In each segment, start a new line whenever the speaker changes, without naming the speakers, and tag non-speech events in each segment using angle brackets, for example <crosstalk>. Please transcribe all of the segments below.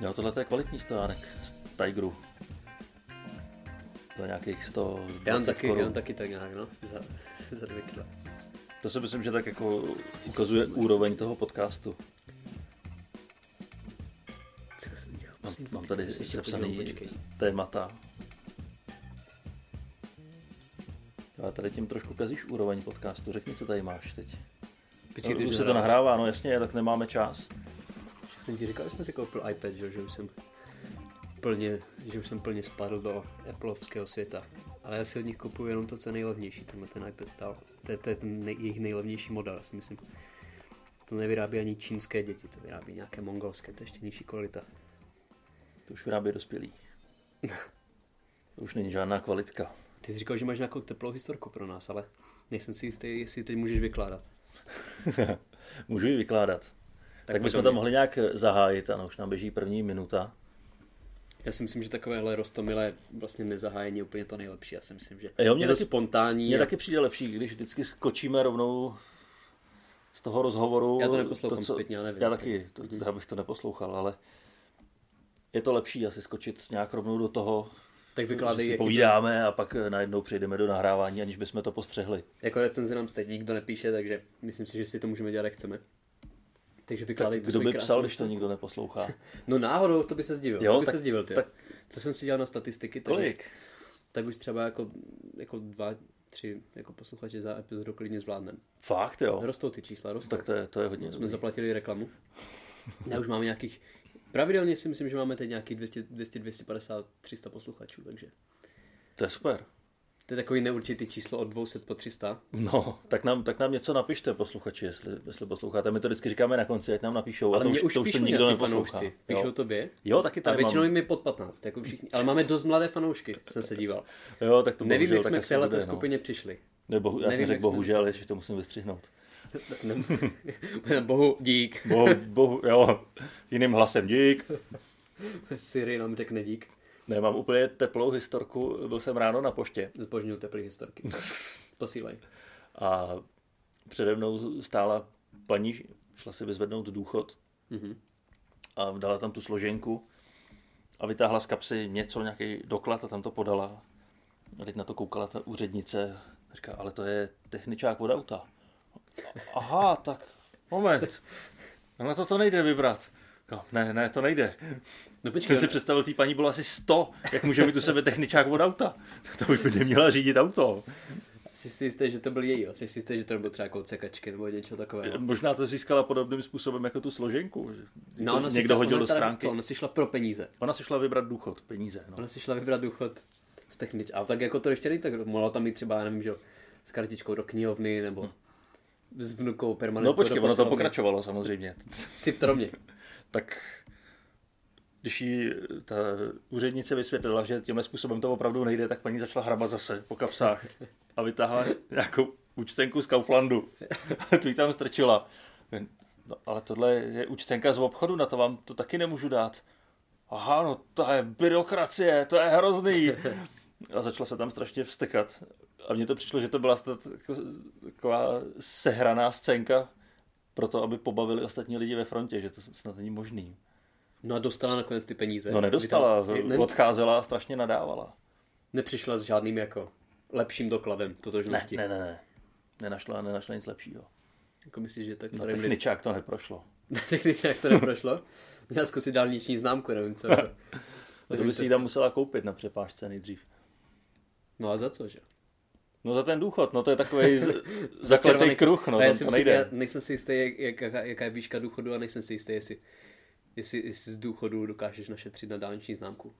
Jo, tohle je kvalitní stojánek z Tigeru. To je nějakých 100
Já mám taky, já mám taky tak nějak, no, za, za dvě kila.
To si myslím, že tak jako ukazuje úroveň toho podcastu.
Co jsem dělal?
Mám,
Prosím,
mám tady
ještě
sepsaný
podívám, počkej.
témata. Ale tady tím trošku kazíš úroveň podcastu. Řekni, co tady máš teď.
Počkej,
no,
ty
už se to nahrává, no jasně, tak nemáme čas.
Já jsem ti říkal, že jsem si koupil iPad, že, že už jsem plně, že už jsem plně spadl do Appleovského světa. Ale já si od nich kupuju jenom to, co je nejlevnější, tenhle ten iPad stál. To je, to je ten nej, jejich nejlevnější model, já si myslím. To nevyrábí ani čínské děti, to vyrábí nějaké mongolské, to je ještě nižší kvalita.
To už vyrábí
<laughs>
dospělí. To už není žádná kvalitka.
Ty jsi říkal, že máš nějakou teplou historku pro nás, ale nejsem si jistý, jestli ji teď můžeš vykládat.
<laughs> Můžu ji vykládat. Tak, tak bychom
potom
tam
je.
mohli nějak eh, zahájit, ano, už nám běží první minuta.
Já si myslím, že takovéhle rostomilé vlastně nezahájení je úplně to nejlepší. Já si myslím, že
Jo, mně
je to
taky-
spontánní.
Mně
a-
taky přijde lepší, když vždycky skočíme rovnou z toho rozhovoru.
Já to neposlouchám zpětně, já nevím.
Já taky, to, já bych to neposlouchal, ale je to lepší asi skočit nějak rovnou do toho,
Tak
že
vykládej,
si
jaký to-
povídáme a pak eh, najednou přejdeme do nahrávání, aniž bychom to postřehli.
Jako recenze nám teď nikdo nepíše, takže myslím si, že si to můžeme dělat, jak chceme. Takže vykládej tu
Kdo
svoji
by psal,
krásnou-
když to nikdo
<laughs>
neposlouchá?
No náhodou, to by se zdivil.
Jo,
Jo, to by
tak-
se zdivil, ty.
tak-
Tak... Co jsem si dělal na statistiky, tak už,
Kolik?
tak už třeba jako, jako dva, tři jako posluchače za epizodu klidně zvládneme.
Fakt jo?
Rostou ty čísla, rostou.
Tak to je, to je hodně.
Jsme zaplatili reklamu. Ne, už máme nějakých, pravidelně si myslím, že máme teď nějakých 200, 200 250, 300 posluchačů, takže
To je super.
to je takový neurčitý číslo od 200 po 300.
No, tak nám, tak nám něco napište, posluchači, jestli, jestli posloucháte. My to vždycky říkáme na konci, ať nám napíšou. A
Ale
to
mě
už,
už
to už to
píšou
nikdo
nějací
neposlouchá.
fanoušci, píšou
jo.
tobě.
jo, taky
A
tady
většinou
mám.
jim je pod 15, jako všichni. Ale máme dost
<laughs>
mladé fanoušky, jsem se díval.
Jo, tak to
Nevím,
bohužel,
jak
tak
jsme k
asi
téhle
bude,
té
no.
skupině přišli.
<laughs>
<laughs>
Nebo, já jsem
Nevím,
řekl
jak jsme
bohužel, ještě to musím vystřihnout.
Bohu, dík.
Bohu, bohu, jo, jiným hlasem, dík.
Siri nám řekne dík.
Ne, mám úplně teplou historku, byl jsem ráno na poště
Zbožňuju teplý historky. Posílej.
a přede mnou stála paní, šla si vyzvednout důchod
Mhm.
a dala tam tu složenku a vytáhla z kapsy něco, nějaký doklad a tam to podala. A teď na to koukala ta úřednice a říká, ale to je techničák od auta. Aha, tak moment, No, na to to nejde vybrat. Říkám, Ne, ne, to nejde.
No
Jsem
počkej,
si představil, té paní bylo asi 100, jak může být u sebe techničák od auta. To by neměla řídit auto.
jsi si jistý, že to byl její, jo? jsi si jistý, že to byl třeba jako cekačky nebo něco takového.
Možná to získala podobným způsobem jako tu složenku. že to
No, ona si
někdo
šla-
hodil
ona
do
teda-
schránky.
co, Ona si šla pro peníze.
Ona si šla vybrat důchod, peníze. No.
Ona si šla vybrat důchod z technič. A tak jako to ještě není tak, mohla tam mít třeba, já nevím, že jo, s kartičkou do knihovny nebo s vnukou permanentně.
Hm. no počkej, ono to
<laughs>
pokračovalo samozřejmě.
Sip to do mě.
Tak když jí eh, ta úřednice vysvětlila, že tímhle způsobem to opravdu nejde, tak paní začala hrabat zase po kapsách a vytáhla nějakou účtenku z Kauflandu. <laughs> tu jí tam strčila. No, ale tohle je účtenka z obchodu, na to vám to taky nemůžu dát. Aha, no to je byrokracie, to je hrozný. A začala se tam strašně vstekat. A mně to přišlo, že to byla snad jako- taková sehraná scénka pro to, aby pobavili ostatní lidi ve frontě, že to snad není možný.
No a dostala nakonec ty peníze.
No nedostala,
Vy tam- ne,
odcházela a strašně nadávala.
nepřišla s žádným jako lepším dokladem
Ne,
totožnosti.
ne, ne, ne. Nenašla, nenašla nic lepšího.
Jako myslíš, že tak
Na
starým lidem-
techničák to neprošlo.
<laughs> technicky jak to neprošlo? Měla zkusit dálniční známku,
<laughs>
nevím co. jako.
No to by
prostě-
si ji tam musela koupit na přepážce nejdřív.
No a za co, že?
No za ten důchod, no to je takový
<laughs>
zakletý
Červený-
kruh, no
Ne, já
tam to
si myslím,
nejde.
Já nejsem si jistý, jak, jak, jaká- jaká je výška důchodu a nejsem si jistý, jestli, jestli, jestli z důchodu dokážeš našetřit na dálniční známku.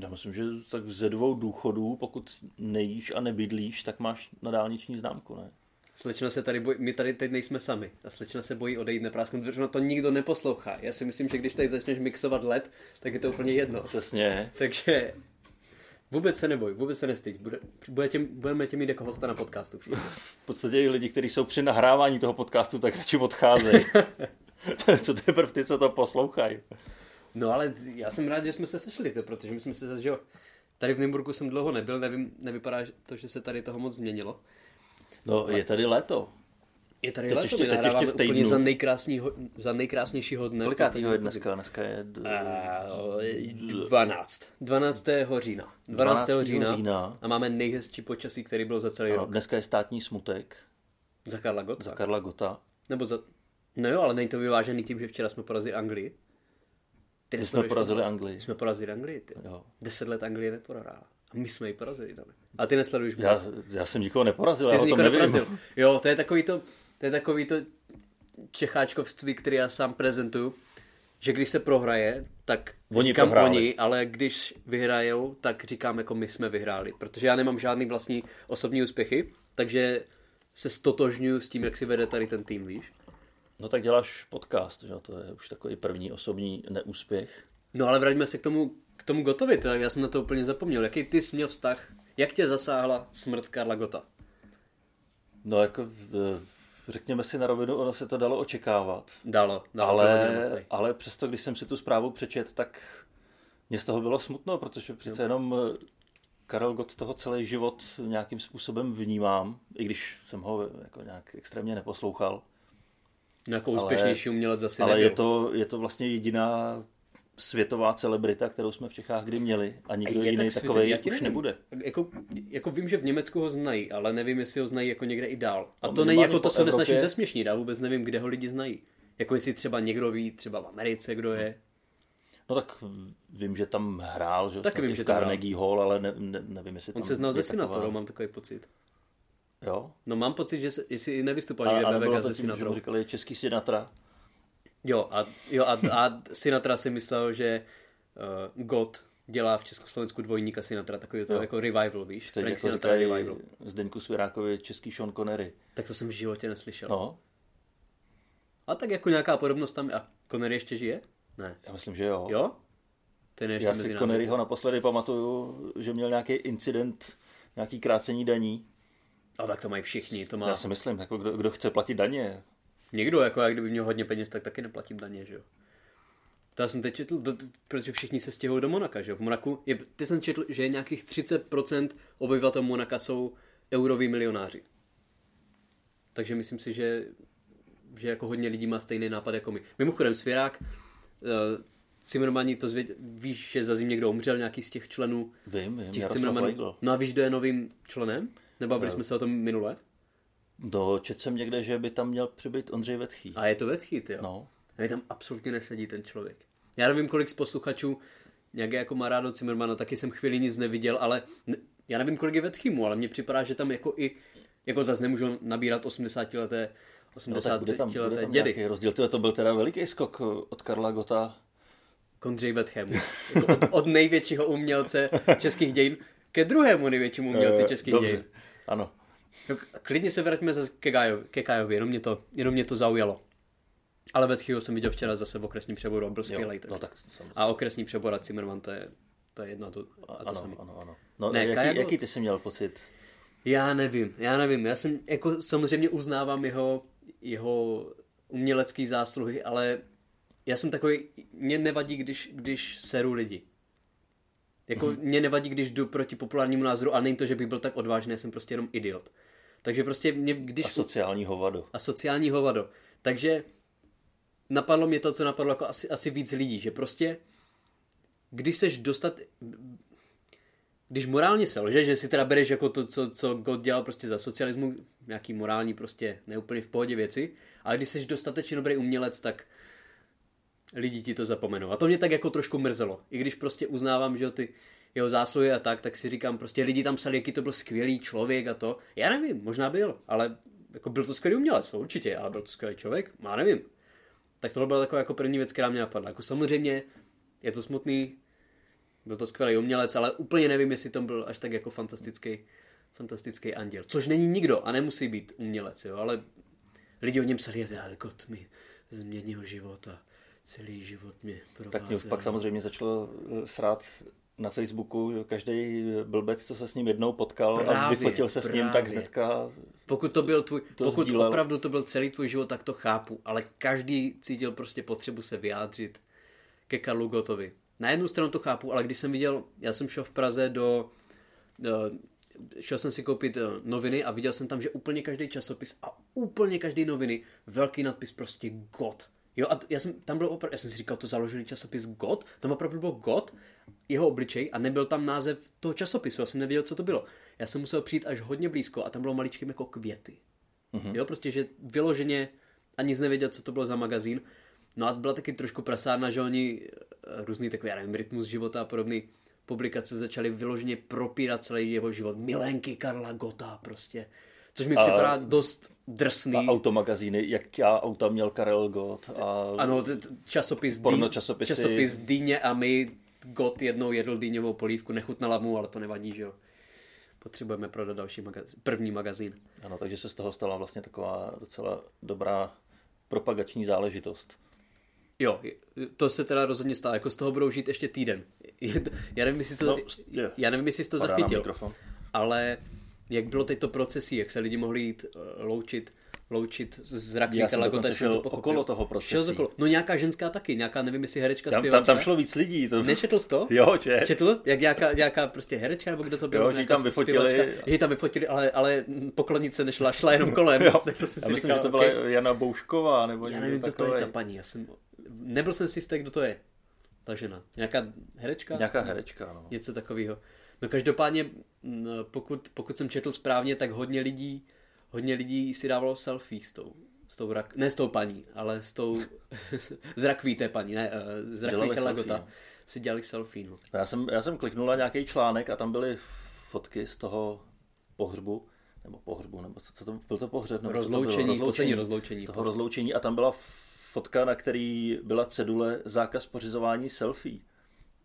Já myslím, že tak ze dvou důchodů, pokud nejíš a nebydlíš, tak máš na dálniční známku, ne?
Slečna se tady bojí, my tady teď nejsme sami. A slečna se bojí odejít neprásknout, protože ona to nikdo neposlouchá. Já si myslím, že když tady začneš mixovat led, tak je to úplně jedno. <laughs>
Přesně.
Takže vůbec se neboj, vůbec se nestyď. Bude, bude tě, budeme tě mít jako hosta na podcastu. všichni. <laughs>
V podstatě i lidi, kteří jsou při nahrávání toho podcastu, tak radši odcházejí. co teprve ty, co to poslouchají.
No ale já jsem rád, že jsme se sešli, to, protože my jsme se zase, že jo, tady v Nymburku jsem dlouho nebyl, nevím, nevypadá že to, že se tady toho moc změnilo.
No, je tady léto.
Je tady
Teď
léto,
ještě-
my
teď ještě
nahráváme
v týdnu.
úplně za, nejkrásnýho, za nejkrásnějšího dne.
Kolikátýho je dneska? Dneska je d-
A, 12. 12. října. 12.
12.
října.
října.
A máme nejhezčí počasí, který byl za celý
no,
rok.
dneska je státní smutek
Za Karla Gott?
za Karla Gota.
Nebo za... No jo, ale není to vyvážený tím, že včera jsme porazili Anglii. Ty
My jsme porazili Anglii.
Jsme porazili Anglii, ty.
Jo.
Deset let Anglie neporála. A my jsme ji porazili, Dane. A ty nesleduješ
Já,
vůbec.
já jsem nikoho neporazil,
Ty
já
jsi
o tom
nikoho
nevím.
neporazil. Jo, to je takový to, to je takový to čecháčkovství, který já sám prezentuju, že když se prohraje, tak
Oni
říkám
prohráli.
oni, ale když vyhrajou, tak říkám jako my jsme vyhráli. Protože já nemám žádný vlastní osobní úspěchy, takže se stotožňuju s tím, jak si vede tady ten tým, víš?
No tak děláš podcast, že? jo, to je už takový první osobní neúspěch.
No ale vraťme se k tomu, k tomu Gotovi, to, já jsem na to úplně zapomněl. Jaký ty jsi měl vztah? Jak tě zasáhla smrt Karla Gota?
No jako, eh, řekněme si na rovinu, ono se to dalo očekávat.
Dalo, dalo byl hodně
Ale,
nemocnej.
ale přesto, když jsem si tu zprávu přečet, tak mě z toho bylo smutno, protože přece jenom eh, Karel Gott toho celý život nějakým způsobem vnímám, i když jsem ho jako nějak extrémně neposlouchal.
No jako úspěšnější umělec zase
Ale
nebyl.
je to, je to vlastně jediná světová celebrita, kterou jsme v Čechách kdy měli a nikdo
Je
jiný
tak
takový
světový, já
už
ti nevím.
nebude.
Jako, jako vím, že v Německu ho znají, ale nevím, jestli ho znají jako někde i dál. A
No,
to není
minimálně
jako to
po
se nesnažím
Evropě.
zesměšnit, já vůbec nevím, kde ho lidi znají. Jako jestli třeba někdo ví, třeba v Americe, kdo je.
No tak vím, že tam hrál, že
Taky
snad
vím,
i v
že tam hrál.
Carnegie Hall, ale ne, ne, nevím, jestli
On
tam
se znal
je
ze
taková-
senátorou, mám takový pocit.
Jo?
No mám pocit, že se, jestli i
A, a
nevystupoval někde
nebylo to
Bebeka ze
tím, že mu
senátorou.
říkali český Sinatra.
Jo, a, jo, a, a Sinatra si myslel, že uh, God dělá v Československu dvojníka Sinatra, takový to jako revival, víš?
Teď
Frank
jako
Sinatra
říkají
revival.
Zdeňku Svěrákovi český Sean Connery.
Tak to jsem v životě neslyšel.
No,
A tak jako nějaká podobnost tam... A Connery ještě žije? Ne.
já myslím, že jo.
Jo? Ten je ještě
já
mezi
si jako
námi.
Conneryho naposledy pamatuju, že měl nějaký incident, nějaký krácení daní.
A tak to mají všichni, to má...
Já si myslím, jako kdo, kdo chce platit daně.
Někdo, jako já, kdyby měl hodně peněz, tak taky neplatím daně, že jo? To já jsem teď četl, do, protože všichni se stěhují do Monaka, že jo? V Monaku, je, ty jsem četl, že nějakých 30% obyvatel Monaka jsou euroví milionáři. Takže myslím si, že, že jako hodně lidí má stejný nápad jako my. Mimochodem, Svěrák, uh, Cimrmani to zvěděl, víš, že za zim někdo umřel, nějaký z těch členů
Vím, vím,
těch
Jaroslav
Cimrmanů.
Weigl.
No a víš, kdo je novým členem? Nebavili jsme se o tom minule?
No, čet jsem někde, že by tam měl přibýt Ondřej Vetchý.
A je to vetchý, jo.
No,
A mi tam absolutně nesedí ten člověk. Já nevím, kolik z posluchačů nějaké jako má rádo Cimrmana, taky jsem chvíli nic neviděl, ale ne, já nevím, kolik je ve Tchymu, ale mně připadá, že tam jako i, jako zase nemůžu nabírat 80 leté,
no
80
tak bude tam, bude
leté
tam
dědy.
nějaký rozdíl. Tyhle, to byl teda veliký skok eh, od Karla Gota.
K Ondřej Betchemu. Jako od, od, největšího umělce českých dějin ke druhému největšímu umělci
Eh,
českých
Dobře,
dějin.
ano.
No, k- klidně se vraťme zase ke, Gajovi, ke Kajovi, jenom mě to, jenom mě to zaujalo. Ale Vetchyho jsem viděl včera zase v okresním přeboru, a byl skvělý. takže-
No tak samozřejmě.
A okresní přebor a Zimmerman, to je, to je jedno a to, a to
Ano,
samý.
ano, ano. No,
Ne, Kaja
jaký,
byl-
jaký ty jsi měl pocit?
Já nevím, já nevím. Já jsem, jako samozřejmě uznávám jeho, jeho umělecký zásluhy, ale já jsem takový, mě nevadí, když, když seru lidi. Jako
Mhm.
mm-hmm. mě nevadí, když jdu proti populárnímu názoru, ale není to, že bych byl tak odvážný, já jsem prostě jenom idiot. Takže prostě mě, když...
A sociální hovado.
a sociální hovado. Takže napadlo mě to, co napadlo jako asi, asi víc lidí, že prostě když seš dostat když morálně selže, že si teda bereš jako to, co, co God dělal prostě za socialismu, nějaký morální prostě neúplně v pohodě věci, ale když jsi dostatečně dobrý umělec, tak lidi ti to zapomenou. A to mě tak jako trošku mrzelo. I když prostě uznávám, že jo, ty jeho zásluhy a tak, tak si říkám, prostě lidi tam psali, jaký to byl skvělý člověk a to. Já nevím, možná byl, ale jako byl to skvělý umělec, to určitě, ale byl to skvělý člověk, já nevím. Tak tohle byla taková jako první věc, která mě napadla. Jako samozřejmě je to smutný, byl to skvělý umělec, ale úplně nevím, jestli to byl až tak jako fantastický, fantastický anděl. Což není nikdo a nemusí být umělec, jo, ale lidi o něm psali, že kot mi změnil život a celý život mě provázel. No,
Tak mě už pak samozřejmě začalo eh, srát na Facebooku, že každý eh, blbec, co se s ním jednou potkal a
Právě,
vyfotil se s ním, tak
právě.
hnedka
Pokud to byl tvůj,
To
to pokud
sdílel.
opravdu to byl celý tvůj život, tak to chápu, ale každý cítil prostě potřebu se vyjádřit ke Karlu Gotovi. Na jednu stranu to chápu, ale když jsem viděl, já jsem šel v Praze do, do šel jsem si koupit eh, noviny a viděl jsem tam, že úplně každý časopis a úplně každý noviny, velký nadpis prostě God. Jo, a t- já jsem, tam byl opravdu, já jsem si říkal, to založili časopis God, tam opravdu byl God, jeho obličej a nebyl tam název toho časopisu, já jsem nevěděl, co to bylo. Já jsem musel přijít až hodně blízko a tam bylo maličkým jako květy.
Mhm.
Mm-hmm. Jo, prostě, že vyloženě ani jsi nevěděl, co to bylo za magazín. No a byla taky trošku prasárna, že oni eh, různý takový, já nevím, rytmus života a podobný publikace začaly vyloženě propírat celý jeho život. Milenky Karla Gota prostě. Což mi
A-
připadá dost drsný.
a automagazíny, jak já auta měl Karel Gott a
Ano, t- t- časopis, Dý-
Porno časopisy.
časopis Dýně a my God jednou jedl dýňovou polívku, nechutnala mu, ale to nevadí, že jo. Potřebujeme prodat další magazín, první magazín.
Ano, takže se z toho stala vlastně taková docela dobrá propagační záležitost.
Jo, je- to se teda rozhodně stalo, jako z toho budou žít ještě týden. Je to- Já nevím, jestli jsi to,
No, je.
já nevím, jestli jsi to
Padá na
zachytil,
mikrofon.
ale jak bylo teď to procesí, jak se lidi mohli jít eh, loučit, loučit z
Já
Rakvika
jsem
Lagota,
dokonce
jestli jsem
šel
to pochopil.
okolo toho procesí.
Šel jsi okolo. No nějaká ženská taky, nějaká, nevím, jestli herečka,
Tam, tam,
zpěvačka.
tam šlo víc lidí. To...
Nečetl jsi to?
<laughs> Jo, čet.
Četl? Jak nějaká, nějaká prostě herečka, nebo kdo to byl?
Jo, že ji
nějaká
tam vyfotili.
zpěvačka? Že ji tam vyfotili, ale, ale poklonice nešla, šla jenom kolem.
Jo.
tak to jsem
Já
si
myslím,
říkal,
že to
<laughs>
byla
okay.
Jana Boušková nebo
Já
někdo
nevím, kdo to je
takovej.
ta paní, já jsem... Nebyl jsem si jistý, kdo to je. Ta žena. Nějaká herečka?
Nějaká herečka, no.
Něco takového. No každopádně, mm, pokud, pokud jsem četl správně, tak hodně lidí, hodně lidí si dávalo selfie s tou, s tou rak, ne s tou paní, ale s tou, <laughs> z rakví té paní, ne, eh, z
Dělali
rakví
selfie,
Lagota.
no.
Si dělali selfie, no.
Já jsem, já jsem kliknul na nějaký článek a tam byly fotky z toho pohřbu, nebo pohřbu, nebo co, co to byl to pohřeb? Nebo co to bylo?
Rozloučení, poslední rozloučení.
Toho rozloučení a tam byla fotka, na který byla cedule zákaz pořizování selfie.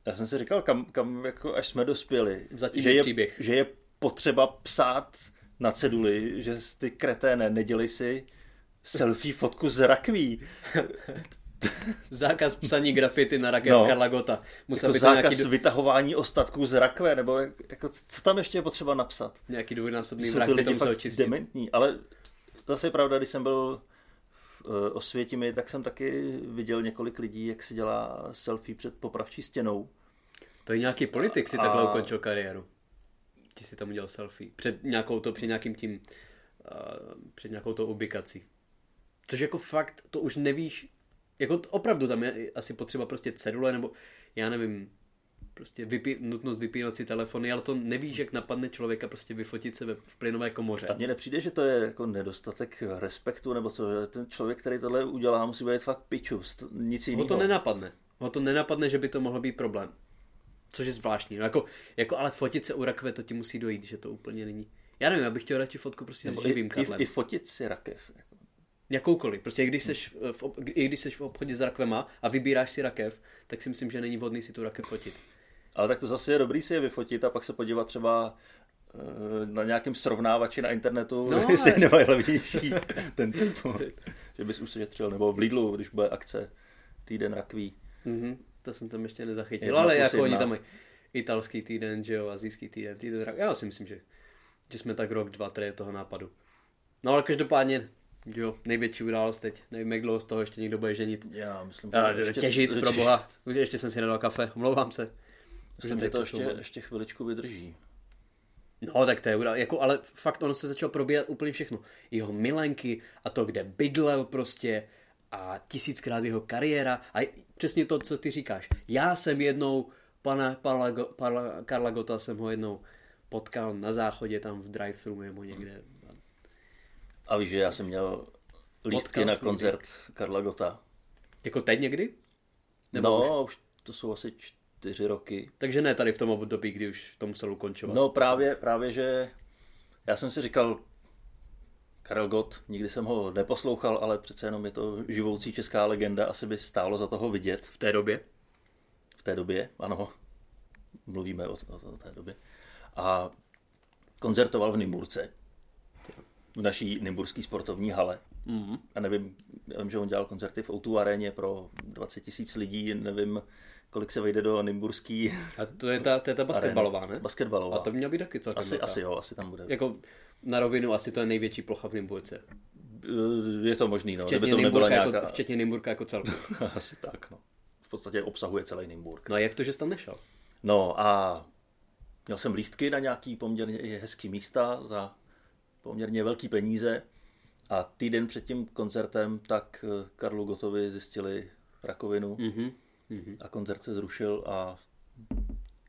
Já jsem si říkal, kam, kam jako až jsme dospěli.
Zatím
že
je
je,
příběh.
že je potřeba psát na ceduli, že ty kreténe, nedělej si selfie fotku z
<laughs>
rakví.
Zákaz psaní grafity na raket no.
No.
Karla Gota. Musel
Jako
by tam
zákaz
nějaký, do,
vytahování ostatků z rakve, nebo jak- jako, co tam ještě je potřeba napsat?
nějaký dvojnásobný
Jsou ty
vrak, by to
lidi
musel
fakt
čistit.
dementní, ale zase je pravda, když jsem byl v eh, Osvětimi, tak jsem taky viděl několik lidí, jak si dělá selfie před popravčí stěnou.
To je nějaký politik, si takhle
A-
ukončil kariéru. Ti si tam udělal selfie. Před nějakou to, před nějakým tím, uh, před nějakou to ubikací. Což jako fakt, to už nevíš, jako t- opravdu tam je asi potřeba prostě cedule, nebo já nevím, prostě vypí, nutnost vypínat si telefony, ale to nevíš, jak napadne člověka prostě vyfotit se ve, v plynové komoře.
A mně nepřijde, že to je jako nedostatek respektu, nebo co, že ten člověk, který tohle udělá, musí být fakt pičus, nic
Ho
jiného.
to nenapadne. Ho to nenapadne, že by to mohl být problém. Což je zvláštní. No jako, jako ale fotit se u rakve, to ti musí dojít, že to úplně není. Já nevím, já bych chtěl radši fotku prostě
Nebo
s
i,
živým
i,
Karlem.
I Hm. fotit si rakev. Jako.
Jakoukoliv. Prostě i když, seš v, ob- i když seš v obchodě s rakvema a vybíráš si rakev, tak si myslím, že není vhodný si tu rakev fotit.
Ale tak to zase je dobrý si je vyfotit a pak se podívat třeba eh, na nějakém srovnávači na internetu,
No,
no, <laughs> jestli
ale-
ale... nemají
<laughs>
levnější ten typ. že bys ušetřil, nebo v Lidlu, když bude akce týden rakví.
Mm-hmm. To jsem tam ještě nezachytil,
Jedna
ale
plus
jako
jedna.
oni tam mají italský týden, že jo, azijský týden, týden rak. Já si myslím, že, že jsme tak rok, dva, tady od toho nápadu. No ale každopádně, že jo, největší událost teď, nevím, jak dlouho z toho ještě někdo bude ženit.
Já myslím,
A, těžit, pro boha. Ještě jsem si nedal kafe, omlouvám se.
Myslím,
teď
že to
to
ještě,
jsou-
ještě chviličku vydrží.
No, tak to je udál. Jako, ale fakt ono se začalo probírat úplně všechno. Jeho milenky a to, kde bydlel prostě a tisíckrát jeho kariéra a j- přesně to, co ty říkáš. Já jsem jednou pana Parla, Go- Parla, Karla Gota jsem ho jednou potkal na záchodě tam v drive-thru nebo někde.
A víš, že já jsem měl lístky
Potkal
na
jsem někdy.
koncert Karla Gota.
Jako teď někdy? Nebo
No, už to jsou asi čtyři roky.
Takže ne tady v tom období, kdy už to musel ukončovat.
No právě, právě, že já jsem si říkal, Karel Gott, nikdy jsem ho neposlouchal, ale přece jenom je to živoucí česká legenda, asi by stálo za toho vidět
V té době?
v té době, ano, mluvíme o, o, o té době. A koncertoval v Nymburce. v naší nimburské sportovní hale.
Mhm.
Mm-hmm. A nevím, já vím, že on dělal koncerty v O2 aréně pro 20 tisíc lidí, nevím, kolik se vejde do nimburský
A to je ta, to je ta basketbalová, ne?
basketbalová.
A to měla být taky celkem
asi,
velká.
asi jo, asi tam bude.
Jako na rovinu asi to je největší plocha v Nymburce.
Eh, Je to možný, no, kdyby
Včetně,
to nebyla
Nymburka,
nějaká...
jako, včetně Nymburka
<laughs>
jako celku.
asi tak, no. V podstatě obsahuje celý Nymburk.
No a jak to, že jsi tam nešel?
No a měl jsem lístky na nějaký poměrně i hezký místa za poměrně velký peníze a týden před tím koncertem tak eh, Karlu Gotovi zjistili rakovinu
Mhm.
a koncert se zrušil a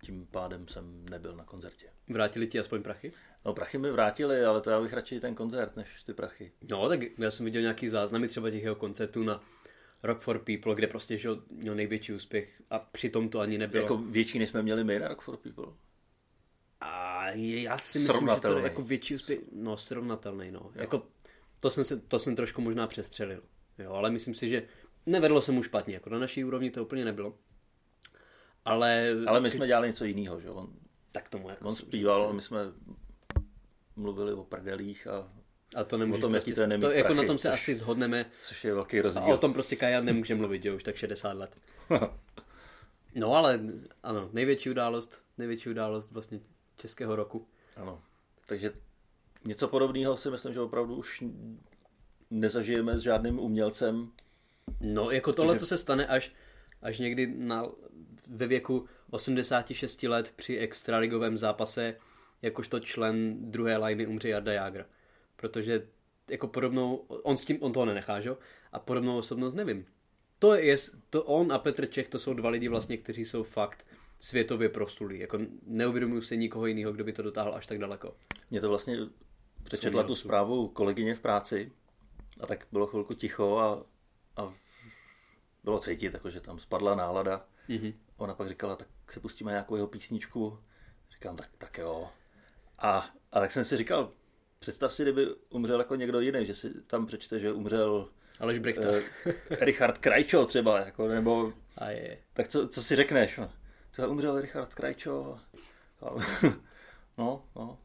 tím pádem jsem nebyl na koncertě.
Vrátili ti aspoň prachy?
No prachy mi vrátili, ale to já bych radši ten koncert než ty prachy.
No, tak já jsem viděl nějaký záznamy třeba těch jeho koncertů na Rock for People, kde prostě že jo, měl největší úspěch a přitom to ani nebylo.
Jako větší, než jsme měli my na Rock for People.
A je- já si myslím, že to je
Srovnatelný.
jako větší úspěch, no srovnatelný, no. Jako, to, jsem se, to jsem trošku možná přestřelil, jo, ale myslím si, že nevedlo se mu špatně, jako na naší úrovni to úplně nebylo. Ale,
Ale my jsme dělali něco jiného, že jo? on,
tak tomu jako...
on zpíval, my jsme mluvili o prdelích a
A to nemůže
o tom, jaký to je nemít
to, jako na
prachy,
tom se
což-
asi shodneme,
což je velký
a
rozdíl.
o tom prostě Kaja nemůže mluvit, že jo, už tak 60 let. No ale, ano, největší událost, největší událost vlastně českého roku.
Ano. Takže něco podobného si myslím, že opravdu už nezažijeme s žádným umělcem.
No, jako tohle to se stane až, až někdy na, ve věku 86 let při extraligovém zápase jakožto člen druhé lajny umře Jarda Jágr. Protože jako podobnou, on s tím, on toho nenechá, že? jo? A podobnou osobnost nevím. To je, to on a Petr Čech, to jsou dva lidi vlastně, kteří jsou fakt světově prosulí. Jako neuvědomuju si nikoho jiného, kdo by to dotáhl až tak daleko.
Mě to vlastně přečetla tu zprávu kolegyně v práci a tak bylo chvilku ticho a, a bylo cítit, jako, že tam spadla nálada. Mm-hmm. Ona pak říkala, tak se pustíme nějakou jeho písničku. Říkám, tak, tak jo. A, a tak jsem si říkal, představ si, kdyby umřel jako někdo jiný, že si tam přečte, že umřel
Alež Brechta.
eh, Richard Krajčo třeba, jako, nebo
A je, je.
Tak co, co si řekneš? No, To je umřel Richard Krajčo. A- <laughs> No, no.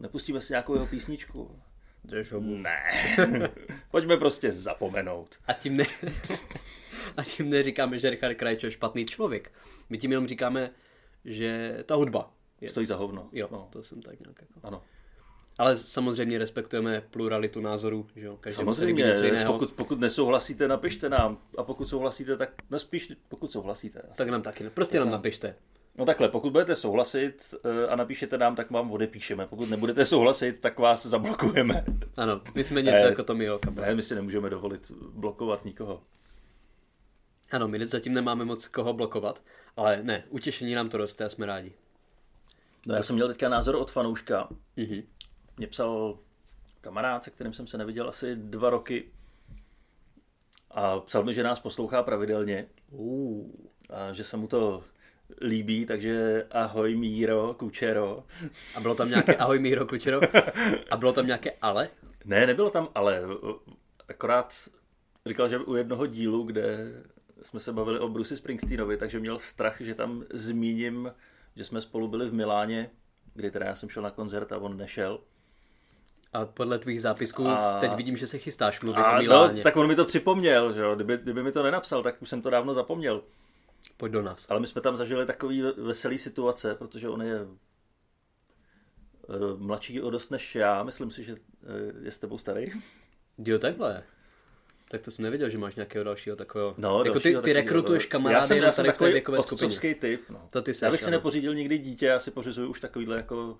Nepustíme si nějakou jeho písničku. Ne. <laughs> Pojďme prostě zapomenout.
A tím, ne... <laughs> a tím neříkáme, že Richard Krajčo je špatný člověk. My tím jenom říkáme, že ta hudba. Je...
Stojí za hovno.
Jo,
No,
to jsem tak nějak jako...
ano.
Ale samozřejmě respektujeme pluralitu názorů, že jo? Každému se líbí
Samozřejmě,
něco jiného,
pokud, pokud nesouhlasíte, napište nám. A pokud souhlasíte, tak no spíš, pokud souhlasíte. Asi.
tak nám taky, ne- prostě nám napište.
No takhle, pokud budete souhlasit eh, a napíšete nám, tak vám odepíšeme. Pokud nebudete souhlasit, tak vás zablokujeme. <laughs>
Ano, my jsme něco
Eh,
jako Tomi Oka.
Ne, my si nemůžeme dovolit blokovat nikoho.
Ano, my zatím nemáme moc koho blokovat, ale ne, utěšení nám to roste a jsme rádi.
No já jsem měl teďka názor od fanouška.
Mhm.
Mě psal kamarád, se kterým jsem se neviděl asi dva roky. A psal mi, že nás poslouchá pravidelně
Uh,
a že se mu to líbí, takže ahoj Míro, Kučero. <laughs>
a bylo tam nějaké ahoj Míro Kučero a bylo tam nějaké ale?
Ne, nebylo tam ale. e, Akorát říkal, že u jednoho dílu, kde jsme se bavili o Bruce Springsteenovi, takže měl strach, že tam zmíním, že jsme spolu byli v Miláně, kdy teda já jsem šel na koncert a on nešel.
A podle tvých zápisků
A-
teď vidím, že se chystáš mluvit o
A
Miláně.
no, tak on mi to připomněl, že jo? Kdyby, kdyby mi to nenapsal, tak už jsem to dávno zapomněl.
Pojď do nás.
Ale my jsme tam zažili takový ve- veselý situace, protože on je eh, mladší o dost než já, myslím si, že eh, je s tebou starý.
Jo, takhle. Tak to jsem nevěděl, že máš nějakého dalšího takového.
<laughs> No,
jako ty,
dalšího
ty
takovýho,
rekrutuješ
no.
kamarády
já jsem, já
jenom
jsem
tady v té
takový
věkové skupině.
otcovský typ. No.
To ty
já
seš,
bych si
ano.
nepořídil nikdy dítě, já si pořizuju už takovýhle jako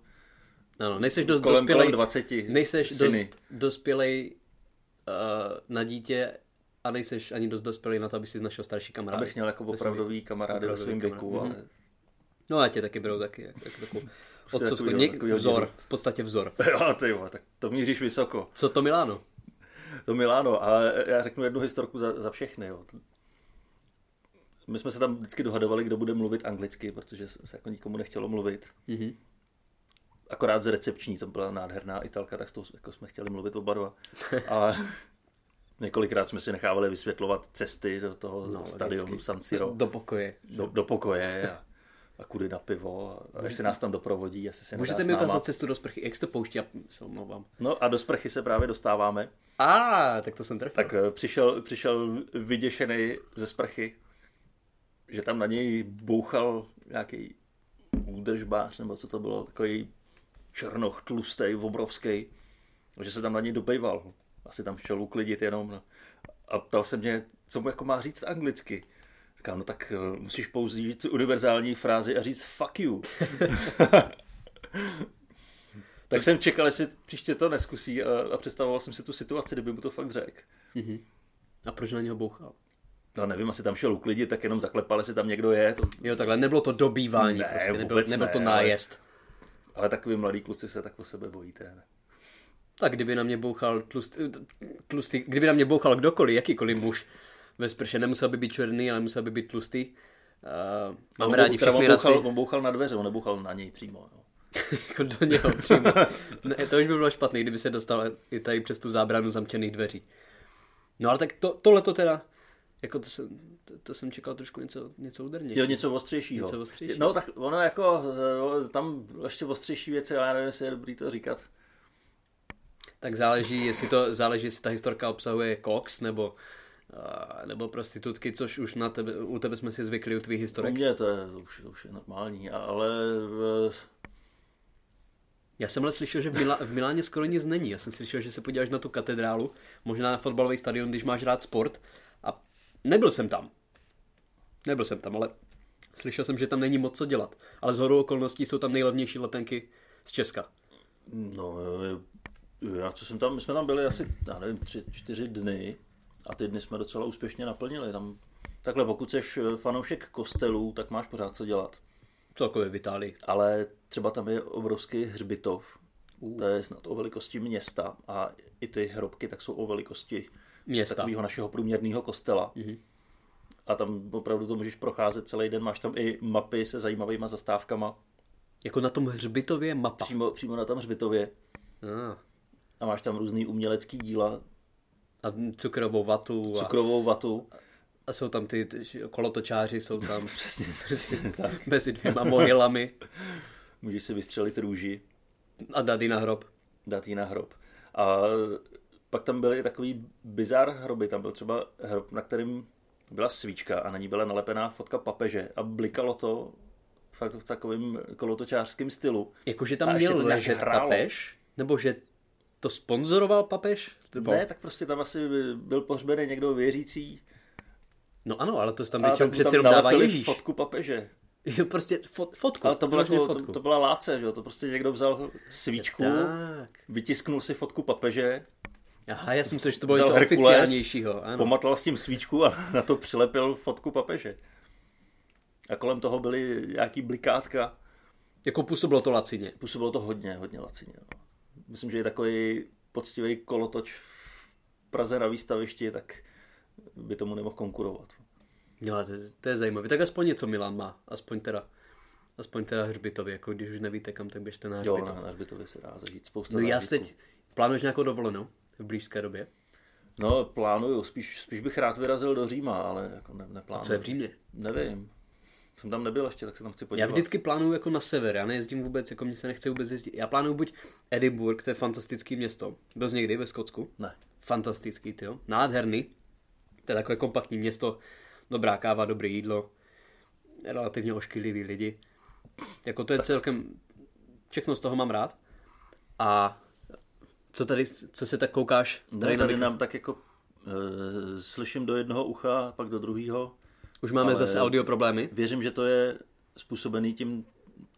Ano, nejseš dost
kolem,
dospělej,
kolem 20
nejseš
syny.
dost dospělej uh, na dítě a nejseš ani dost dospělej na to, aby si našel starší kamarády.
Abych měl jako
Ve svém věku.
opravdový kamarády ve
Opravdový
svém
kamarád.
věku, ale <laughs>
No a tě taky berou taky, jako, jako takovou otcovskou,
takovýho-
něk,
takovýho
vzor, v podstatě vzor.
jo, ty jo, tak to míříš vysoko.
Co to Miláno?
To Miláno, ale já řeknu jednu historku za, za všechny. Jo. My jsme se tam vždycky dohadovali, kdo bude mluvit anglicky, protože se jako nikomu nechtělo mluvit.
Mhm.
Akorát z recepční, to byla nádherná italka, tak s tou jako jsme chtěli mluvit oba dva. A několikrát jsme si nechávali vysvětlovat cesty do toho no, stadionu
vždycky.
San Siro,
Do pokoje.
do, do pokoje. A a kudy na pivo a jestli nás tam doprovodí, jestli se
Můžete
nedá
mi
s náma.
ukázat cestu do sprchy, jak jste pouští, já se omlouvám.
No a do sprchy se právě dostáváme.
A, tak to jsem trefil.
Tak eh, přišel, přišel vyděšený ze sprchy, že tam na něj bouchal nějaký údržbář, nebo co to bylo, takový černoch, tlustej, obrovský, že se tam na něj dobejval. Asi tam šel uklidit jenom. No. A ptal se mě, co mu jako má říct anglicky. Říkám, no tak eh, musíš použít univerzální frázi a říct fuck you. <laughs> tak jsem čekal, jestli příště to neskusí a, a představoval jsem si tu situaci, kdyby mu to fakt řekl.
A proč na něho bouchal?
No nevím, asi tam šel uklidit, tak jenom zaklepal, jestli tam někdo je. To...
Jo, takhle nebylo to dobývání,
Ne,
ne, prostě nebyl,
vůbec
nebyl
ne,
to
ale-
nájezd. Ale...
Ale takový mladý kluci se tak o sebe bojíte. Ne?
Tak kdyby na mě bouchal tlust, tlustý, kdyby na mě bouchal kdokoliv, jakýkoliv muž ve sprše, nemusel by být černý, ale musel by být tlustý. Uh, mám
on,
rádi
teda
všechny
on,
rasy. <laughs>
bouchal, on bouchal na dveře, on nebouchal na něj přímo. No.
Jako do něho přímo. Ne, to už by bylo špatný, kdyby se dostal i tady přes tu zábranu zamčených dveří. No ale tak to, tohle to teda, jako to jsem, to, to jsem čekal trošku něco, něco
Jo,
údernější.
něco ostřejšího.
Něco ostřejšího.
No tak ono jako, eh, tam ještě ostřejší věci, ale já nevím, jestli je dobrý to říkat.
Tak záleží, jestli to záleží, jestli ta historka obsahuje koks nebo eh, nebo prostitutky, což už na tebe, u tebe jsme si zvykli u
U
tvých historek.
mě to, je, to, už, to už je normální, ale eh,
Já jsem ale slyšel, že v, Milá- v Miláně skoro nic není. Já jsem slyšel, že se podíváš na tu katedrálu, možná na fotbalový stadion, když máš rád sport. A nebyl jsem tam. Nebyl jsem tam, ale slyšel jsem, že tam není moc co dělat. Ale z horou okolností jsou tam nejlevnější letenky z Česka.
no, eh, já co jsem tam, my jsme tam byli asi, já nevím, tři, čtyři dny a ty dny jsme docela úspěšně naplnili. Tam, takhle pokud jsi eh, fanoušek kostelů, tak máš pořád co dělat.
Celkově v Itálii.
ale třeba tam je obrovský hřbitov, to je snad o velikosti města a i ty hrobky tak jsou o velikosti
Města.
takového našeho průměrného kostela. Mm-hmm. A tam opravdu to můžeš procházet celý den, máš tam i mapy se zajímavýma zastávkama
Jako na tom hřbitově mapa.
přímo, přímo na tam hřbitově
Ah.
a máš tam různý umělecký díla,
A cukrovou vatu. A,
cukrovou vatu.
a jsou tam ty, ty že kolotočáři, jsou
<laughs>
tam přesně, přesně mezi dvěma mohylami.
Můžeš si vystřelit růži,
A dady na hrob.
dát ji na hrob. A pak tam byly i takový bizár hroby. Tam byl třeba hrob, na kterém byla svíčka a na ní byla nalepená fotka papeže a blikalo to fakt v takovém kolotočářském stylu.
Jakože
A
tam
ještě to
měl
nějak
ležet
hrálo.
papež? Nebo že to sponzoroval papež? Nebo...
Ne, tak prostě tam asi byl pohřbený někdo věřící.
No ano, ale to se
A
tam
tak
většinou
mu
přece
tam
jenom dává
nalepili
Ježíš.
fotku papeže.
Jo, prostě fot, fotku.
Ale to byla,
vyloženě
jako, to, to byla láce, že jo? To prostě někdo vzal svíčku,
Tak.
vytisknul si fotku papeže,
Aha, já jsem myslel, že to bylo
Vzal
něco
Herkules,
oficiálnějšího. Ano.
pomatlal s tím svíčku a <laughs> na to přilepil fotku papeže. A kolem toho byly nějaký blikátka.
Jako působilo to lacině.
Působilo to hodně, hodně lacině. No. Myslím, že je takový poctivý kolotoč v Praze na výstavišti, tak by tomu nemohl konkurovat.
Jo, ale to, to je zajímavé. Tak aspoň něco Milan má. Aspoň teda, aspoň teda hřbitově. Jako když už nevíte kam, tak běžte na
Jo, no.
hřbitov.
na, na hřbitově se dá zažít spousta
no já si
zážitků.
teď plánuješ nějakou dovolenou v blízké době.
No, plánuju. Spíš, spíš bych rád vyrazil do Říma, ale jako ne, neplánuju.
Co je v Římě?
Nevím. Jsem tam nebyl ještě, tak se tam chci podívat.
Já vždycky plánuju jako na sever, já nejezdím vůbec, jako mě se nechce vůbec jezdit. Já plánuju buď Edinburgh, to je fantastický město, byl jsi někdy ve Skotsku?
Ne.
Fantastický, jo. Nádherný, to je takové kompaktní město, dobrá káva, dobré jídlo, relativně oškliví lidi. Jako to je celkem, všechno z toho mám rád. A co tady, co se tak koukáš?
Tady, tady
mikrofon?
nám tak jako e, slyším do jednoho ucha, pak do druhého.
Už máme
ale-
zase audio problémy.
Věřím, že to je způsobený tím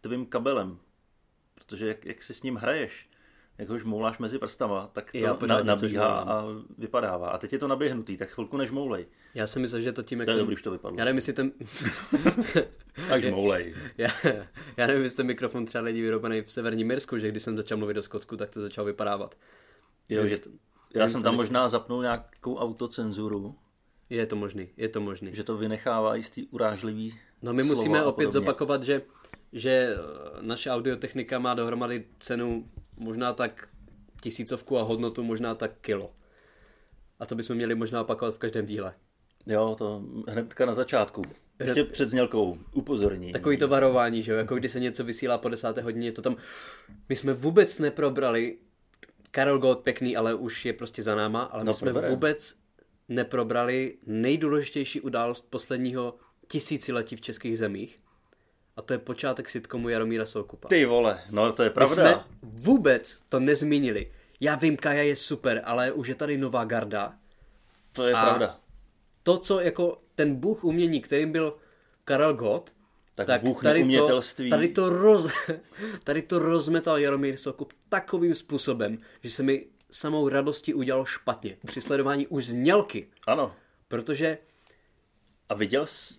tvým kabelem, protože jak, jak si s ním hraješ, jak ho žmouláš mezi prstama, tak to
Já
Já
pořád
na,
něco
nabíhá
žmoulám.
a vypadává. A teď je to naběhnutý, tak chvilku nežmoulej.
Já jsem myslel, že to tím, jak
To je
jsem...
dobrý, že to vypadlo.
Já nevím, jestli ten... <laughs>
Tak žmoulej.
Já, já nevím, jestli ten mikrofon třeba není vyrobený v severním Irsku, že když jsem začal mluvit do Skotsku, tak to začalo vypadávat.
Jo, že, já jsem
nevím, co
tam
myslím.
možná zapnul nějakou autocenzuru,
Je to možný, je to možný.
že to vynechává jistý urážlivý
No my
slova
musíme
a
opět
podobně.
zopakovat, že, že eh, naše audiotechnika má dohromady cenu možná tak tisícovku a hodnotu možná tak kilo. A to bychom měli možná opakovat v každém díle.
Jo, to hnedka na začátku. Ještě před znělkou, upozornění.
Takový to varování, že jo? Jako když se něco vysílá po desáté hodině, je to tam... My jsme vůbec neprobrali... Karel Gold pěkný, ale už je prostě za náma, ale my
No,
no, jsme
proberem.
vůbec neprobrali nejdůležitější událost posledního tisíciletí v českých zemích. A to je počátek sitcomu Jaromíra Soukupa.
Ty vole, no to je
My
pravda.
jsme vůbec to nezmínili. Já vím, Kaja je super, ale už je tady nová garda.
To je
A-
pravda.
To, co jako ten bůh umění, kterým byl Karel Gott,
Tak bůh neumětelství.
To, tady, to roz, <laughs> tady to rozmetal Jaromír Sokup takovým způsobem, že se mi samou radostí udělalo špatně při sledování už znělky,
Ano.
protože
A viděl jsi,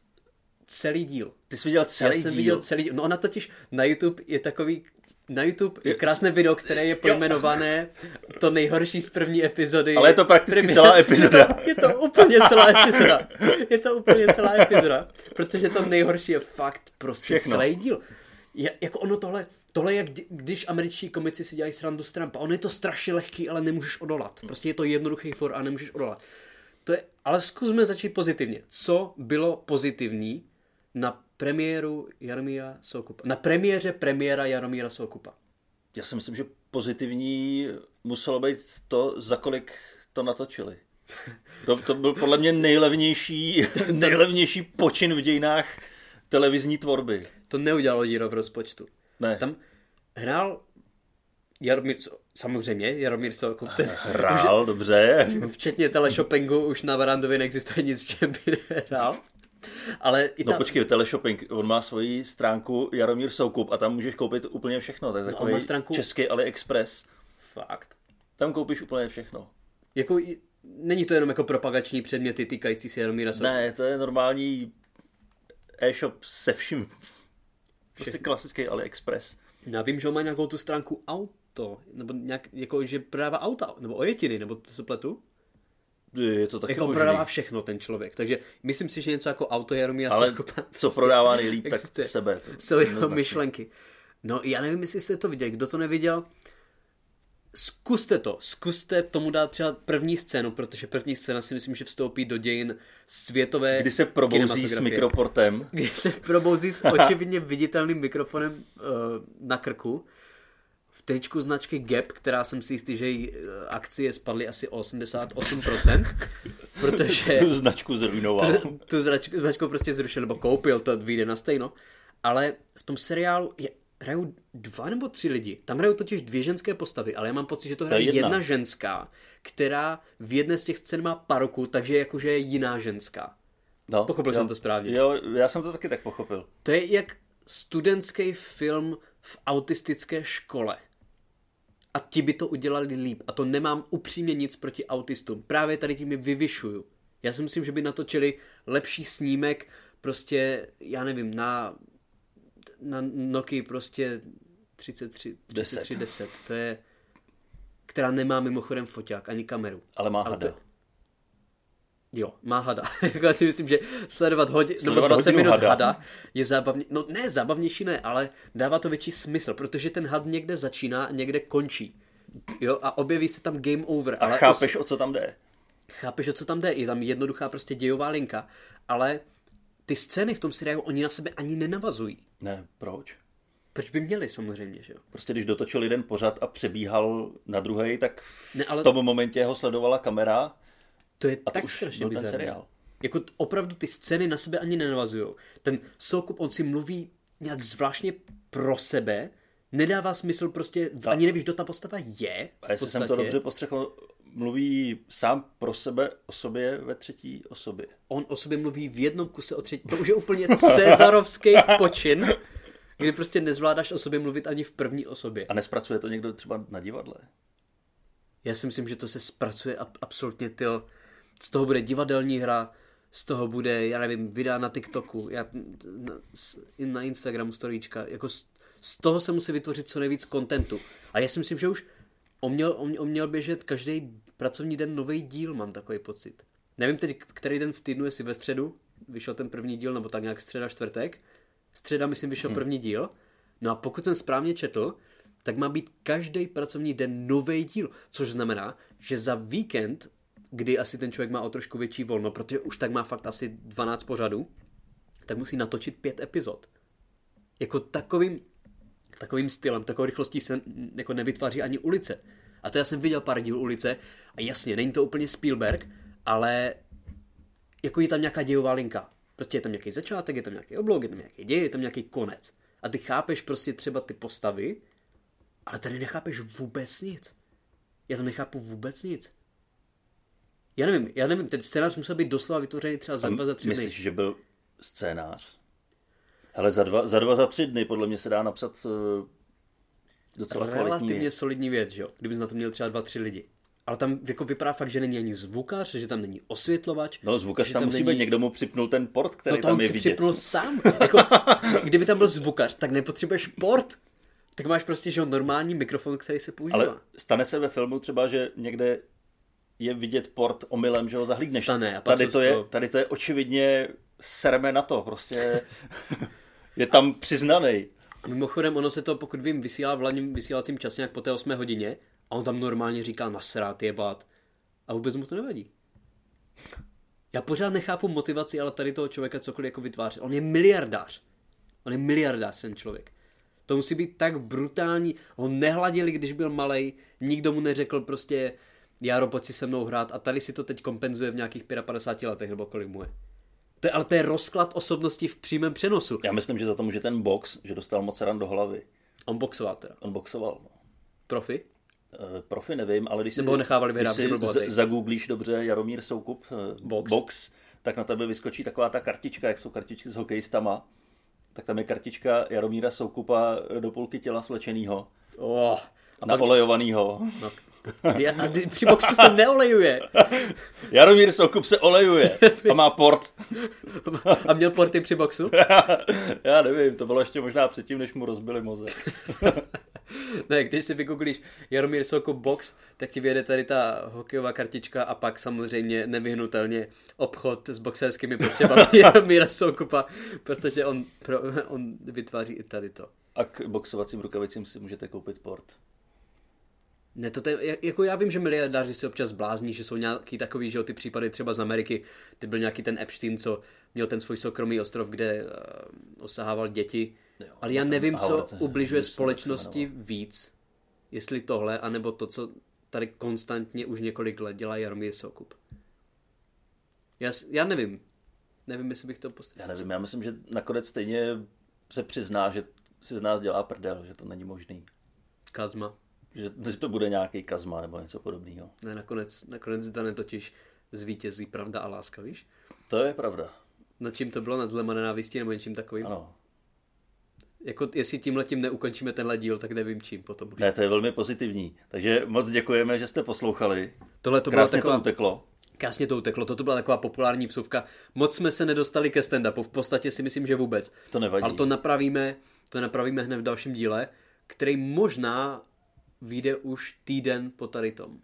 celý díl.
ty jsi viděl celý
Já jsem
díl.
viděl celý díl. No ona totiž na YouTube je takový na YouTube je krásné video, které je pojmenované to nejhorší z první epizody.
Ale je to prakticky
Primi-
celá epizoda.
Je to, je to úplně celá epizoda. Je to úplně celá epizoda. Protože to nejhorší je fakt prostě
Všechno.
celý díl. Je, jako ono tohle, tohle je, kdy- když američtí komici si dělají srandu z Trumpa. Ono je to strašně lehký, ale nemůžeš odolat. Prostě je to jednoduchý for a nemůžeš odolat. To je, ale zkusme začít pozitivně. Co bylo pozitivní na premiéru Jaromíra Soukupa? Na premiéře premiéra Jaromíra Soukupa.
<laughs> Já si myslím, že pozitivní muselo být to, za kolik to natočili. To, to byl podle mě <laughs> nejlevnější, nejlevnější počin v dějinách televizní tvorby.
To neudělalo díro v rozpočtu.
Ne.
Tam hrál Jaromír, Co- samozřejmě, Jaromír Soukup, ten,
<laughs> Hrál, dobře.
včetně teleshoppingu, už na Varandově neexistuje nic, v čem by nehrál. Ale i ta,
No počkej, teleshopping, on má svoji stránku Jaromír Soukup a tam můžeš koupit úplně všechno. To je takový
má stránku-
český AliExpress.
fakt.
Tam koupíš úplně všechno.
Jako, i- není to jenom jako propagační předměty týkající se Jaromíra Soukupa.
Ne, to je normální e-shop se vším. Prostě klasický AliExpress.
Já vím, že on má nějakou tu stránku auto, nebo nějak, jako, že prodává auta, nebo ojetiny, nebo to se pletu.
Je to taky
Jako on
možný.
prodává všechno ten člověk, takže myslím si, že něco jako auto Jaromíra
Ale
Soukupa.
co prodává nejlíp, tak
Existuje.
sebe. To
jsou jeho
jednoznačně.
myšlenky. No já nevím, jestli jste to viděli, kdo to neviděl, zkuste to, zkuste tomu dát třeba první scénu, protože první scéna si myslím, že vstoupí do dějin světové
Kdy se probouzí s
kinematografie.
mikroportem.
<laughs> Kdy se
<laughs>
probouzí s očividně viditelným mikrofonem uh, na krku v tričku značky Gap, která jsem si jistý, že její eh, akcie spadly asi
<laughs>
o 88%, protože
Tu <laughs> značku zrujnoval.
tu značku, značku prostě zrušil, nebo koupil, to vyjde na stejno. Ale v tom seriálu je, hrajou dva nebo tři lidi. Tam hrajou totiž dvě ženské postavy, ale já mám pocit, že to hraje
je jedna.
jedna. jedna ženská, která v jedné z těch scén má paruku, takže jakože je jiná ženská.
No,
Pochopil
jo.
jsem to správně.
Jo, já jsem to taky tak pochopil.
To je jak studentský film v autistické škole. A ti by to udělali líp. A to nemám upřímně nic proti autistům. Právě tady tím je vyvyšuju. Já si myslím, že by natočili lepší snímek prostě, já nevím, na, na Nokia prostě 33, 33 10. To je, která nemá mimochodem foťák ani kameru.
Ale má
Ale
hada.
to- Jo, má hada. <laughs> Jako já si myslím, že sledovat, hodin,
Sledovat
nebo 20
hodinu
minut
hada.
hada. hada je zábavně, no ne, zábavnější ne, ale dává to větší smysl, protože ten had někde začíná a někde končí. Jo, a objeví se tam game over.
A
ale
chápeš, o co tam jde.
chápeš, o co tam jde. Je tam jednoduchá prostě dějová linka, ale ty scény v tom seriálu, oni na sebe ani nenavazují.
Ne, proč?
Proč by měli samozřejmě, že jo?
Prostě když dotočil jeden pořad a přebíhal na druhý, tak
Ne,
v
ale
tom momentě ho sledovala kamera.
to je
to
tak
už
strašně
byl ten
bizarní.
seriál.
Jako t- opravdu ty scény na sebe ani nenavazují. Ten Soukup, on si mluví nějak zvláštně pro sebe, nedává smysl prostě, ani nevíš, kdo ta postava je.
A jestli jsem to dobře postřehl, mluví sám pro sebe o sobě ve třetí osobě.
On o sobě mluví v jednom kuse o třetí. To už je úplně <laughs> cezarovský počin, kdy prostě nezvládáš o sobě mluvit ani v první osobě.
A nespracuje to někdo třeba na divadle?
Já si myslím, že to se zpracuje ab- absolutně tyl. Z toho bude divadelní hra, z toho bude, já nevím, videa na TikToku, já, na, s- i na Instagramu storíčka. Jako z, z toho se musí vytvořit co nejvíc kontentu. A já si myslím, že už on měl, on, on měl běžet každý pracovní den nový díl, mám takový pocit. Nevím tedy, k- který den v týdnu, jestli ve středu vyšel ten první díl, nebo tak nějak středa, čtvrtek. Středa, myslím, vyšel první díl. No a pokud jsem správně četl, tak má být každý pracovní den nový díl, což znamená, že za víkend kdy asi ten člověk má o trošku větší volno, protože už tak má fakt asi 12 pořadů, tak musí natočit pět epizod. Jako takovým, takovým stylem, takovou rychlostí se mm, jako nevytváří ani ulice. A to já jsem viděl pár díl ulice a jasně, není to úplně Spielberg, ale jako je tam nějaká dějová linka. Prostě je tam nějaký začátek, je tam nějaký oblouk, je tam nějaký děj, je tam nějaký konec. A ty chápeš prostě třeba ty postavy, ale tady nechápeš vůbec nic. Já tam nechápu vůbec nic. Já nevím, já nevím, ten scénář musel být doslova vytvořený třeba za dva, za tři dny.
Myslíš, že byl scénář? Ale za dva, za dva, za tři dny podle mě se dá napsat eh, docela kvalitní.
relativně solidní věc, že jo? Kdybys na to měl třeba dva, tři lidi. Ale tam jako vypadá fakt, že není ani zvukař, že tam není osvětlovač.
No, zvukař
že
tam, musí
není...
být, někdo mu připnul ten port, který
No to
tam
on
je
si
vidět.
připnul sám. Jako, kdyby tam byl zvukař, tak nepotřebuješ port. Tak máš prostě, že jo, normální mikrofon, který se používá.
Ale stane se ve filmu třeba, že někde je vidět port omylem, že ho zahlídneš.
Stane a pak
tady,
jsou
to je,
to-
tady to je očividně serme na to, prostě je tam přiznaný.
A Mimochodem, ono se to, pokud vím, vysílá v hlavním vysílacím čase nějak po té 8 hodině a on tam normálně říká nasrát, jebat a vůbec mu to nevadí. Já pořád nechápu motivaci, ale tady toho člověka cokoliv jako vytváří. On je miliardář. On je miliardář ten člověk. To musí být tak brutální. Ho nehladili, když byl malý. Nikdo mu neřekl prostě, Jaro, pojď si se mnou hrát. A tady si to teď kompenzuje v nějakých 55 letech, nebo kolik mu je. To je ale to je rozklad osobnosti v přímém přenosu.
Já myslím, že za to může ten box, že dostal moc ran do hlavy.
On boxoval teda.
On boxoval. No.
Profi?
Eh, Profi nevím, ale když si,
Nebo ho nechávali
když
vyhrát,
si
že byl bohatý.
z- zagooglíš dobře Jaromír Soukup eh,
Box.
box, tak na tebe vyskočí taková ta kartička, jak jsou kartičky s hokejistama, tak tam je kartička Jaromíra Soukupa do půlky těla svlečenýho,
Oh, a pak,
naolejovanýho.
no. Já, a ty- při boxu se neolejuje.
Jaromír Soukup se
<laughs>
olejuje a má port. <laughs>
A měl porty při boxu?
Já nevím, to bylo ještě možná předtím, než mu rozbili mozek.
Ne, když si vygooglíš Jaromír Soko box, tak ti vyjede tady ta hokejová kartička a pak samozřejmě nevyhnutelně obchod s boxerskými potřebami Jaromíra Soukupa, protože on, pro, on vytváří i tady to.
A k boxovacím rukavicím si můžete koupit port.
Ne, to je, jako já vím, že miliardáři se občas blázní, že jsou nějaký takový, že jo, ty případy třeba z Ameriky, ty byl nějaký ten Epstein, co měl ten svůj soukromý ostrov, kde uh, osahával děti.
Jo,
Ale já
ten
nevím, co
Howard,
ubližuje
Hughes, nebo jak se
společnosti víc, jestli tohle, anebo to, co tady konstantně už několik let dělá Jaromír Soukup. Já, s- já nevím. Nevím, jestli bych to postavil.
Já nevím, já myslím, že nakonec stejně se přizná, že si z nás dělá prdel, že to není možný.
Kazma.
Že, že to bude nějaký kazma nebo něco podobného.
Ne, nakonec, nakonec Dane totiž zvítězí pravda a láska, víš?
To je pravda.
Nad čím to bylo? Nad zlem a nenávistí nebo něčím takovým?
Ano.
Jako, jestli tímhletím neukončíme tenhle díl, tak nevím čím potom.
Ne, to je velmi pozitivní. Takže moc děkujeme, že jste poslouchali.
Tohle to byla
Krásně to
taková...
uteklo.
Krásně to uteklo, toto byla taková populární vsuvka. Moc jsme se nedostali ke stand-upu, v podstatě si myslím, že vůbec.
To nevadí.
Ale to napravíme, to napravíme hned v dalším díle, který možná vyjde už týden po tady tom.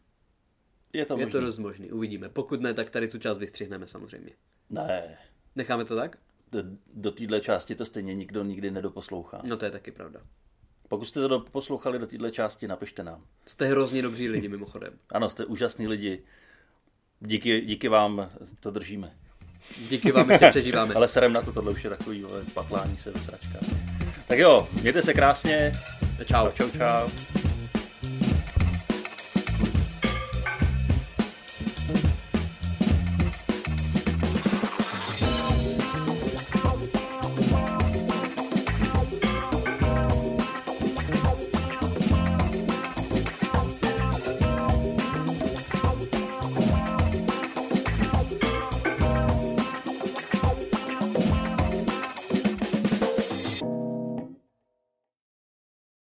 Je to
Je
možný.
to dost možný, uvidíme. Pokud ne, tak tady tu část vystřihneme samozřejmě.
Ne,
Necháme to tak?
do, do téhle části to stejně nikdo nikdy nedoposlouchá.
No to je taky pravda.
Pokud jste to poslouchali do téhle části, napište nám.
Jste hrozně dobří lidi mimochodem.
Ano, jste úžasní lidi. Díky, díky vám to držíme.
Díky vám,
<laughs>
že přežíváme.
Ale serem na to, tohle už je takový vole, patlání se ve sračkách. Tak jo, mějte se krásně.
Čau.
Čau, čau.